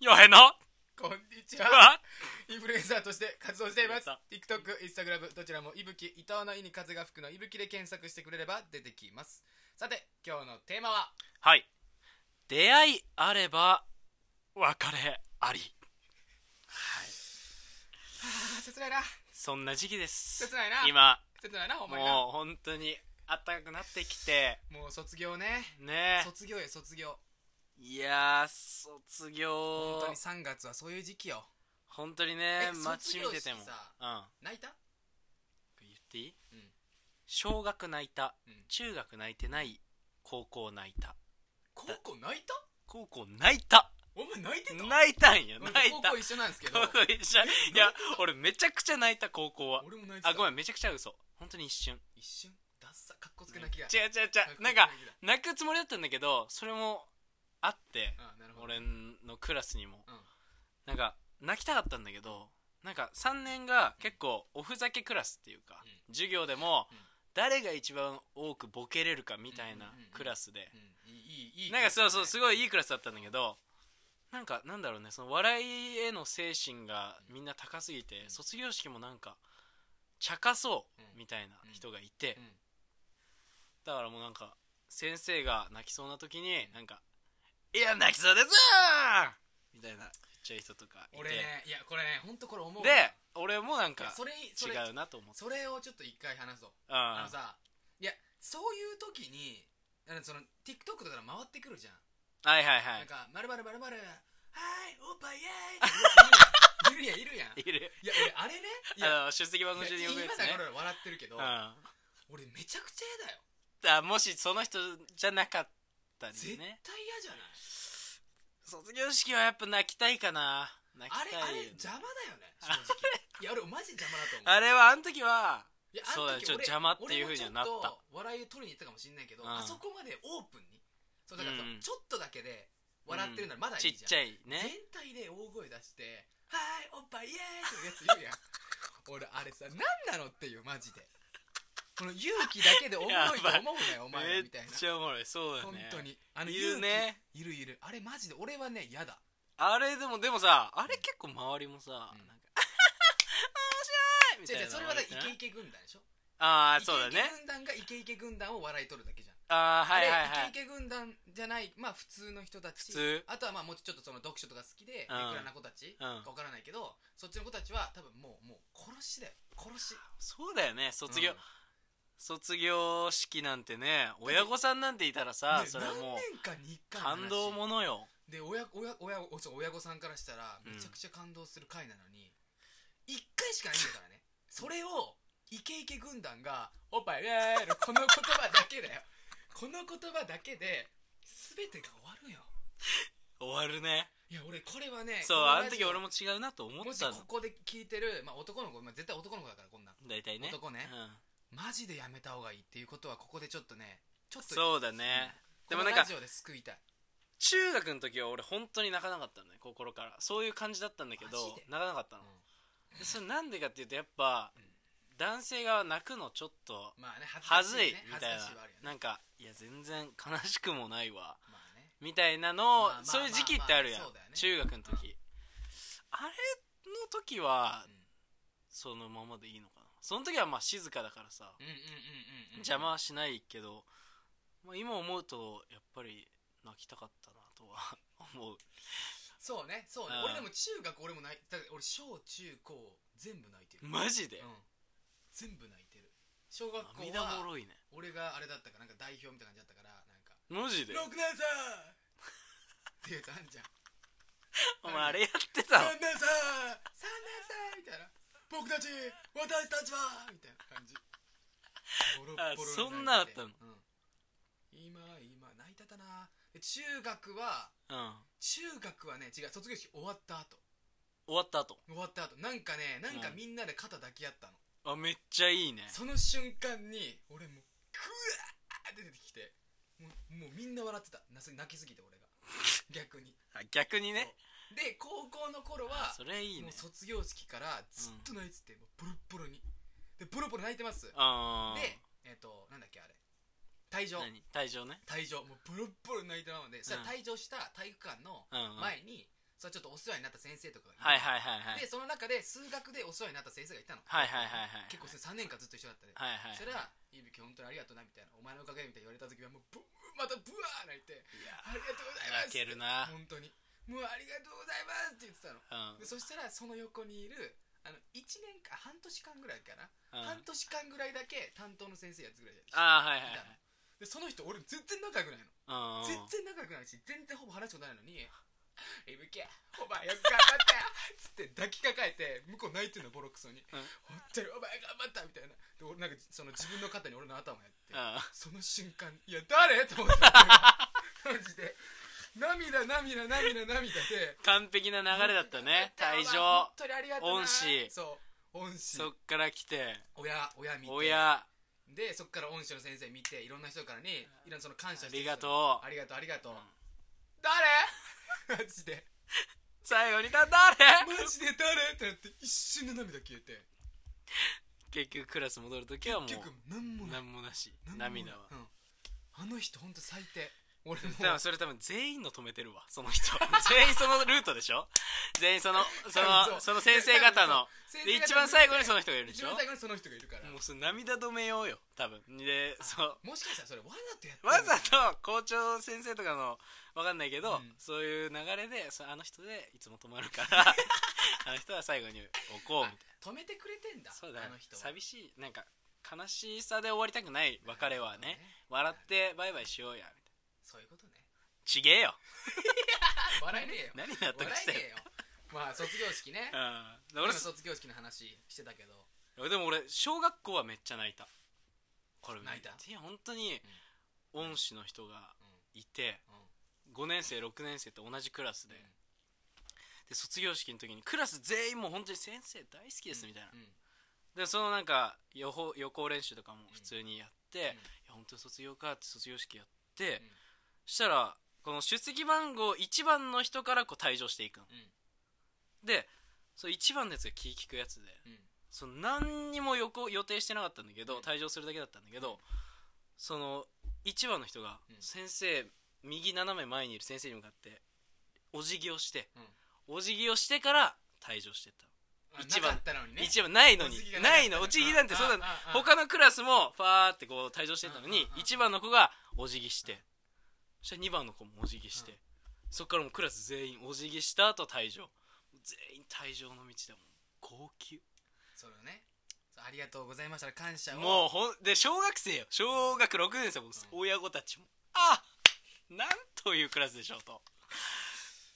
前のこんにちははインフルエンサーとして活動していますやっ TikTok、Instagram どちらもいぶき伊藤の意に風が吹くのいぶきで検索してくれれば出てきますさて今日のテーマは はい出会いあれば別れありあー切ないなそんな時期です切ないな今切ないなほんまになもう本当にあったかくなってきてもう卒業ねね卒業よ卒業いやー卒本業当に3月はそういう時期よ本当にねえ街見ててもう卒業式んさ泣いた言っていい、うん小学泣いたうん中学泣いてない高校泣いた高校泣いた高校泣いたお前泣いてた泣いたんよ泣い高た校一緒なんですけ ど高校一緒いや俺めちゃくちゃ泣いた高校は俺も泣いてたあごめんんめちゃくちゃ嘘本当に一瞬一瞬ダッサかっこつ違け う違う泣きが違うなんか泣くつもりだったんだけどそれもあってあなるほど俺のクラスにもうんなんか泣きたかったんだけどなんか3年が結構おふざけクラスっていうかう授業でもうん誰が一番多くボケれるかみたいなうんうんうんクラスでうんいいいいいいなんかそうそううすごいいいクラスだったんだけどなんかなんだろうねその笑いへの精神がみんな高すぎてうん卒業式もなんか茶化そううんみたいな人がいてうんだからもうなんか先生が泣きそうな時になんか「いや泣きそうです!」みたいな言っちゃう人とかいて俺ねいやこれね本当これ思うわで俺もなんいやかそれにそれ違うなと思ってそれをちょっと一回話そううんあのさいやそういう時にあのその TikTok とかで回ってくるじゃんはいはいなはんか「まるまるまるまるはーいおっぱいイエーイ!」いるやん いるやんいるやんいいるいや俺あれねいやあの出席番号中に呼ぶや今つだねから笑ってるけど、うん俺めちゃくちゃ嫌だよあもしその人じゃなかったり絶対ね嫌じゃない卒業式はやっぱ泣きたいかな泣きあれたいあれよね邪魔だよね正直いや俺マジ邪魔だと思うあれはあの時はいやそうあだねの時ちょっと俺邪魔っていう風にはなった俺もちょと笑いを取りに行ったかもしれないけど、うんあそこまでオープンにそうだからさ、うんちょっとだけで笑ってるならまだいいじちゃっん、ちゃいね全体で大声出して「はいおっぱいイエーイ!」ってやつ言うや ん俺あれさ何なのっていうマジでこの勇気だけで重いと思うなよお前めらっみたいなちゃおもろいそうだね本当にあのい勇る気ねいるいるあれマジで俺はね嫌だあれでもでもさあれ結構周りもさ、うんなんか面白いみじたゃいじなゃそれはだイケイケ軍団でしょああイケそうだイケね軍団がイケイケ軍団を笑い取るだけじゃんああはいはいはあれいイケイケ軍団じゃないまあ普通の人たち普通あとはまあもうちょっとその読書とか好きでうんネクラな子たちうんか分からないけどそっちの子たちは多分もうもう殺しだよ殺しそうだよね 卒業、うん卒業式なんてね親御さんなんていたらさ、ねそれはもう何年かに一回の話感動ものよで親親親おそう親御さんからしたらうめんちゃくちゃ感動する回なのに一回しかないんだからねそれをイケイケ軍団が「おっぱいイエーイのこの言葉だけだよこの言葉だけで全てが終わるよ終わるねいや俺これはねそうこのあラのジオ時俺も違うなと思っもしたのここで聞いてる、まあ、男の子、まあ、絶対男の子だからこんなん大体ね男ねうんマジでやめた方がいいっていうことはここでちょっとねちょっとそうだね、ででももななんかラんかジオで救いたい中学の時は俺本当に泣かなかったんだよ心からそういう感じだったんだけマどジで泣かなかったの、でそれなんでかっていうとやっぱ、うん男性側泣くのちょっとまあね恥恥ずずかしいいねみたいな、恥ずかしいはあるよねなんかいや全然悲しくもないわまあねみたいなのを、まあまあそういう時期ってあるやん、まあまあそうだよね中学の時、あれの時はうんそのままでいいのかなその時はまあ静かだからさ、うんうんうんうんうん邪魔はしないけど、まあ、今思うとやっぱり泣きたかったなとは 思うそうねそうねうん俺でも中学俺も泣いだから俺小中高全部泣いてるマジでうん全部泣いてる小学校涙もはろいね俺があれだったからなんか代表みたいな感じだったからなんかマ「ジで六年生!」 っていうやつあんじゃんお前あれやっ三て年生三年た生のみたいな僕たち私たちはみたいな感じボロッボロにあそんなあったの泣いてうん今今泣いたたなで中学はうん中学はね違う卒業式終わった後終わった後終わった後なんかねなんかうんみんなで肩抱き合ったの、あめっちゃいいねその瞬間に俺もうクワーって出てきてもうもうみんな笑ってたなす泣きすぎて俺が逆にあ逆にねそうで高校の頃はあそれいいもうね卒業式からずっと泣いてて、もうボロッボロにでボロボロ泣いてますであえっ、となんだっけあれ退場ー何退場ね退場もうボロッボロ泣いたままでそれ退場した体育館のうんうん前に、それはちょっとお世話になった先生とかがいるはいはいはいはでいその中で数学でお世話になった先生がいたのはいはいはいはい結構それ3年間ずっと一緒だったで、はいはいはいそしたら「ゆびき本当にありがとうな」みたいな「お前のおかげ」みたいな言われた時はもうブーまたブワー泣いていや「ありがとうございます」泣けるな本当に「もうありがとうございます」って言ってたのうんでそしたらその横にいるあの1年か半年間ぐらいかな、う半ん年間ぐらいだけ担当の先生やつぐらいでああはいはいいたのでその人俺全然仲良くないのはいうん全然仲良くないし全然ほぼ話したことないのに「いぶきお前よく頑張ったよ」つって抱きかかえて向こう泣いてんのボロクソに「うん本当にお前頑張った」みたいなで俺なんかその自分の肩に俺の頭やって、うんその瞬間「いや誰?」と思ってマジで涙涙涙涙で完璧な流れだったね退場本当にありがとうな恩師そう恩師そっから来て親親見て親でそっから恩師の先生見ていろんな人からにいろんなその感謝あしてりる人がとあうりがとうありがとう、うん誰 マジで最後にだ誰マジで誰ってなって一瞬で涙消えて結局クラス戻る時はもう結局何もない何もなし何もない涙はうんあの人本当最低俺も多分それ多分全員の止めてるわそ の人全員そのルートでしょ全員そのそのその先生方ので一番最後にその人がいるでし一ょ番最後にその人がいるからもうそれ涙止めようよ多分でそうもしかしたらそれわざとやってんのわざと校長先生とかのわかんないけど、うんそういう流れでそあの人でいつも止まるから あの人は最後に置こうみたいなあ止めてくれてんだそうだねあの人は寂しいなんか悲しさで終わりたくない別れはねなるほど笑ってバイバイしようやみたいなそういうことねちげえよ笑えねえよ何納得笑しえてねるえよまあ卒業式ねうん俺俺の卒業式の話してたけど俺でも俺小学校はめっちゃ泣いたこれ泣いたいや本当に恩師の人がいてうんうん5年生6年生と同じクラスで、うんで卒業式の時にクラス全員もう本当に先生大好きですみたいな、うんでそのなんか予報予行練習とかも普通にやって、いや本当に卒業かって卒業式やって、んしたらこの出席番号1番の人からこう退場していくのうんでその1番のやつが気利くやつでうんその何にも予行予定してなかったんだけうどん退場するだけだったんだけどその1番の人がうん先生右斜め前にいる先生に向かってお辞儀をしてうんお辞儀をしてから退場してったあ一な番かったのにね一番ないのおに辞儀がかっなたいのお辞儀なんてそうだああああ他のクラスもファーってこう退場してたのうんにうんうん1番の子がお辞儀うしんてそしたら2番の子もお辞儀しうてそっからもうクラス全員お辞儀した後退場全員退場の道でもう号泣それをねそうありがとうございましたの感謝をもうほんで小学生よ小学6年生も親御たちもあなんというクラスでしょうとも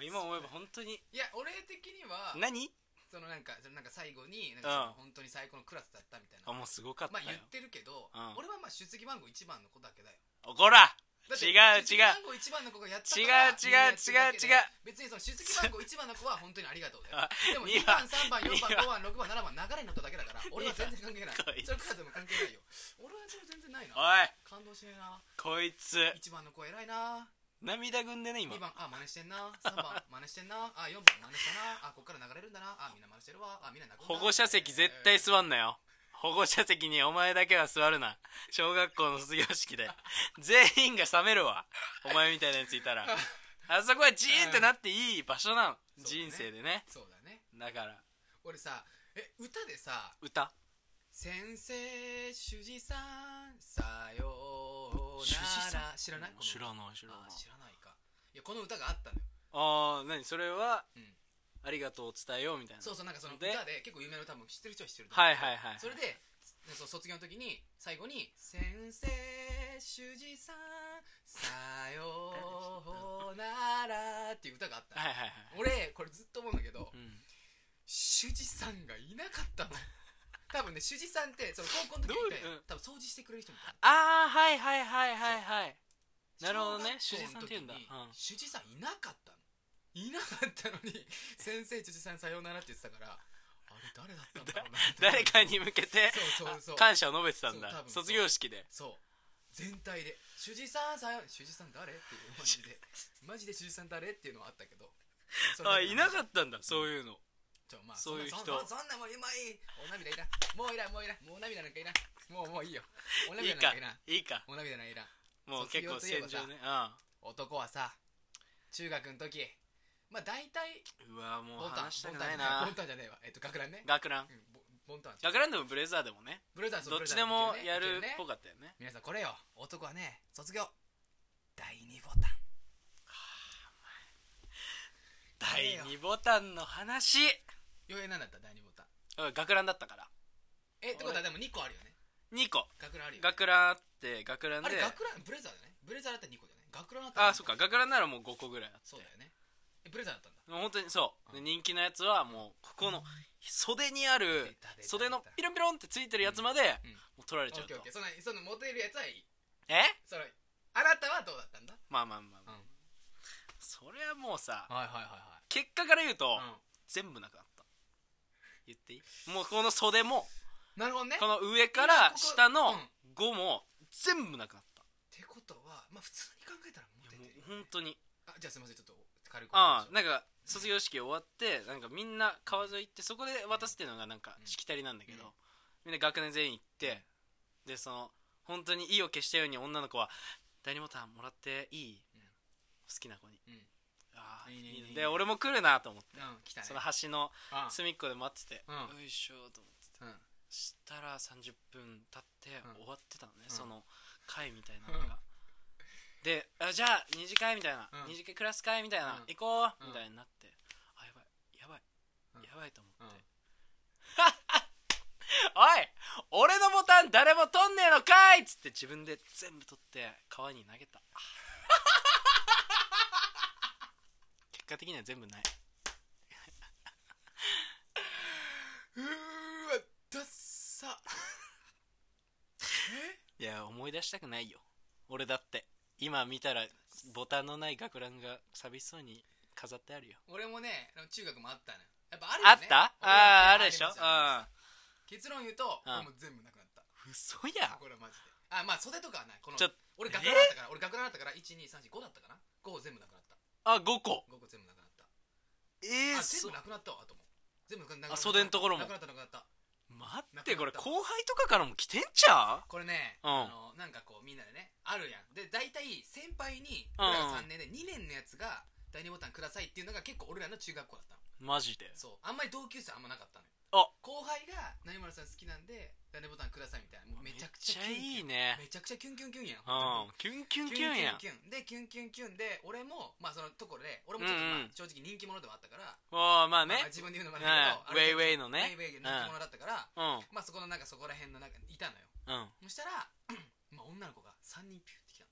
う今思えば本当にいや俺的には何そのなんかそのなんか最後になんかその本当に最高のクラスだったみたいあなもうすごかっまあた言よってるけどうん俺はまあ出席番号1番の子だけだよこだらって違う違う出席番号1番の子がやったから違う違みうんなやってるだけで別に違う違うその出席番号1番の子は本当にありがとうだよ あでも二2番番3番4番二5番6番7番流れになっただけだから俺は全然関係ないこいつそれクラスでも関係ないよ俺はそれ全然ないおない感動しねえなこいつ1番の子偉いな涙ぐんでね今2番あ真似してんな3番 真似してんなあ4番真似したなあこっから流れるんだなあみんな真似してるわあみんな泣くんだ保護者席絶対座んなよ保護者席にお前だけは座るな小学校の卒業式で全員が冷めるわお前みたいなやついたらあそこはジーンってなっていい場所なの、うん人生でねそうだねだから俺さえ歌でさ歌「先生主治さんさよう主治なさら」知らないこの歌知らない知らないあ知らないかいやこの歌があったのよ、ああ何それはうん、ありがとうを伝えようみたいなそうそうなんかその歌でで結構有名な歌も知ってる人は知ってると思うはいはいはいそれでその卒業の時に最後に「先生主治さんさようなら」っていう歌があったのはいはいはい俺これずっと思うんだけど、うん主治さんがいなかったの多分ね主治さんってその高校の時にいてどういう多分掃除してくれる人みたいなああはいはいはいはいはいなるほどね小学校の時に主治さんって言うんだうん主治さんいなかったのいなかったのに 先生主治さんさようならって言ってたからあれ誰だったんだろうな 誰かにに向けてそうそうそう感謝を述べてたんそう多だ分そう卒業式でそう全体で主治さんさよ主治さん誰っていうマ ジでマジで主治さん誰っていうのはあったけどあいなったかったんだそういうのちょまあ、そういう人そんなそんなそんなもう今いいお涙いらんもういらんもういらんもう涙なんかいらんもうもういいよおいい涙なんかかいらんいいかお涙なんかいらんもう結構戦場卒業とね男はさ中学の時まあ大体うわもうボンタン話したくないボンなタンじゃねえわえっと学ランね学ランうんボボンタン学ランでもブレザーでもねブレザーズどっちでもやるっぽかかったよね皆さんこれよ男はね卒業第2ボタン第2ボタンの話余裕何だった第2ボタンうん学ランだったからえってことはでも2個あるよね2個学ランあるよ、ね、学ランあって学ランあでれ学ランブレザーだねブレザーだったら2個だよね学ランだったらあそっか学ランならもう5個ぐらいあってそうだよねえブレザーだったんだもう本当にそうでうん人気のやつはもうここの袖にあ出るた出た袖のピロンピロンってついてるやつまでうんもう取オられちゃッうケとーオッケーそのそのモテるやつはいいえそのあなたはどうだったんだまあまあまあまうあんそれはもうさはいはいは結果から言うといはい、全部なくなった言っていいもうこの袖もうん、なるほどねこの上かこらこ下のうんっ5も全部なくなったてことはまあ普通に考えたらモいテてやもうるよね本当にあじゃあすいませんちょっと軽くああなんか卒業式終わってなんかみんな川沿い行ってそこで渡すっていうのがなんかうんしきたりなんだけど、うんみんな学年全員行ってでその本当に意を消したように女の子は「第二ボタンもらっていい、うん好きな子に」うんああいいねいいねいいねで俺も来るなと思って、うん来たねその端のあ隅っこで待ってて、うんよいしょと思ってうんしたら30分経ってうん終わってたのね、うんその会みたいなのが、であじゃあ二次会みたいな、うん二次会クラス会みたいな、うん行こう、うんみたいになってあやばいやばい、うんやばいと思って、うんおい俺のボタン誰も取んねえのかいっつって自分で全部取って川に投げた 結果的には全部ないうーわダッ サえいや思い出したくないよ俺だって今見たらボタンのない学ランが寂しそうに飾ってあるよ俺もねあの中学もあったのよやっぱあるよあっねたあ俺らあーはねあるでしょうあんります結論言うと、うん俺もう全部なくなった嘘やこれはマジであまあ袖とかはないこのちょ俺学ランだったから俺学ランだったから12345だったかな5全部なくなったあ5個5個全部なくなったえあそ全部なくなったわあとも全部なくなったあ袖のところもなくなったなくなった待っなてくこなっれた後輩とかからも来てんちゃこれね、うんあのなんかこうみんなでねあるやんで大体先輩にうん俺らが3年で2年のやつが第2ボタンくださいっていうのが結構俺らの中学校だったのうマジでそうあんまり同級生あんまなかったのよあ後輩が「何丸さん好きなんで第2ボタンください」みたいなもうめちゃくちゃめっキュンキュンいいねめちゃくちゃキュンキュンキュンやんう本当にんキュンキュンキュンやんキュンキュンでキュンキュンキュンで俺もまあそのところで俺もちょっと、うんうんまあ正直人気者ではあったから、おーまあまあねまあ自分で言うのもなんだうけどあんるウェイウェイのねウェイウェイの人気者だったから、うんうんまあそこのなんかそこら辺のなんかいたのよそしたら まあ女の子が3人ピュって来た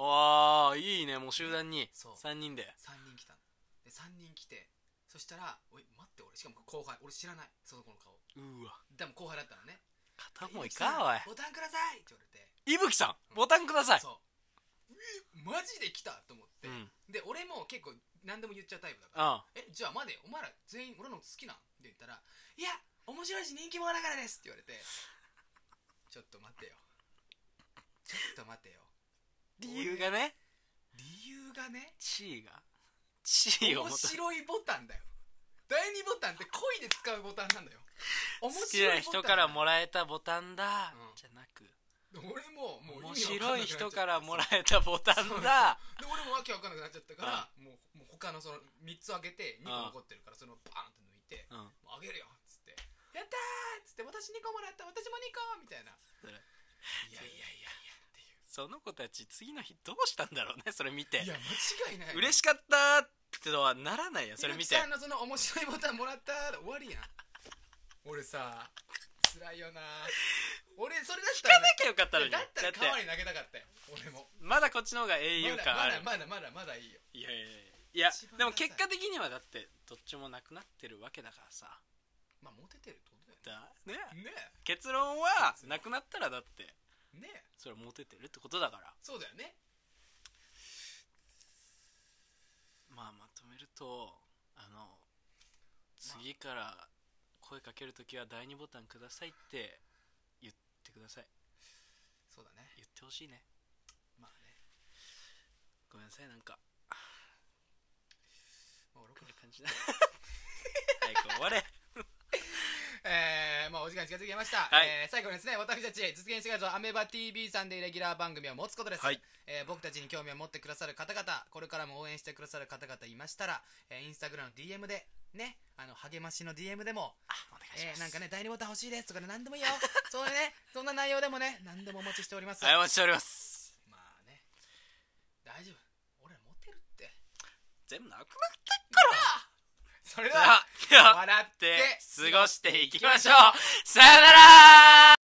のああいいねもう集団にそう3人で3人来たので3人来てそしたら「おい待って俺しかも後輩俺知らないその子の顔うわでも後輩だったのね片思いでかお伊吹さんボタンくださいって言われてい伊吹さんボタンくださいそうえマジで来たと思って、うんで俺も結構何でも言っちゃうタイプだからあえじゃあまでお前ら全員俺のこと好きなんって言ったら「いや面白いし人気者だからです」って言われてちょっと待てよちょっと待てよ理由がね理由がね地位が地位を面求め白いボタンだよ第二ボタンって恋で使うボタンなんだよ面好きな白いボタン人からもらえたボタンだ、うんじゃなく俺ももう面意味わ白んないくなっちゃ人ってからもらえたボタそうンだで俺もわけわかんなくなっちゃったから、もうもう他のその3つ開けて2個残ってるからそのバーンって抜いてうん「もうあげるよ」っつって「やったー!」っつって「私2個もらった私も2個!」みたいな「それいやいやいやいや」っていうその子たち次の日どうしたんだろうねそれ見ていや間違いないしい嬉しかったってのはならないよそれ見てさんのその面白いボタンもらったー終わりやん俺さ辛いよな俺それだったらなきゃよかったのにだったらだ代わっりてに投げたかったよ俺もまだこっちの方が英雄ま感あるだまだまだまだまだいいよいやいやいやいや一番でも結果的にはだってどっちもなくなってるわけだからさまあモテてるってことだよだねね結論は結論なくなったらだってねねそれはモテてるってことだからそうだよねまあまとめるとあの次から声かけるときは第2ボタンくださいって言ってくださいそうだね言ってほしいねまあねごめんなさいなんかまあ、俺こういう感じだ早く終われ えー、まあ、お時間近づきました、はいえー最後にですね私たち実現してからアメバ TV さんでレギュラー番組を持つことです、はいえー僕たちに興味を持ってくださる方々これからも応援してくださる方々いましたら、えーインスタグラムの DM でねあの励ましの DM でも、あお願いしえまーす、なんかね第2ボタン欲しいですとかね何でもいいよそうねそんな内容でもね何でもお待ちしております謝っておりますまあね大丈夫俺らモテるって全部なくなっそれでたはら笑っ でて過ごしていきましょうさよなら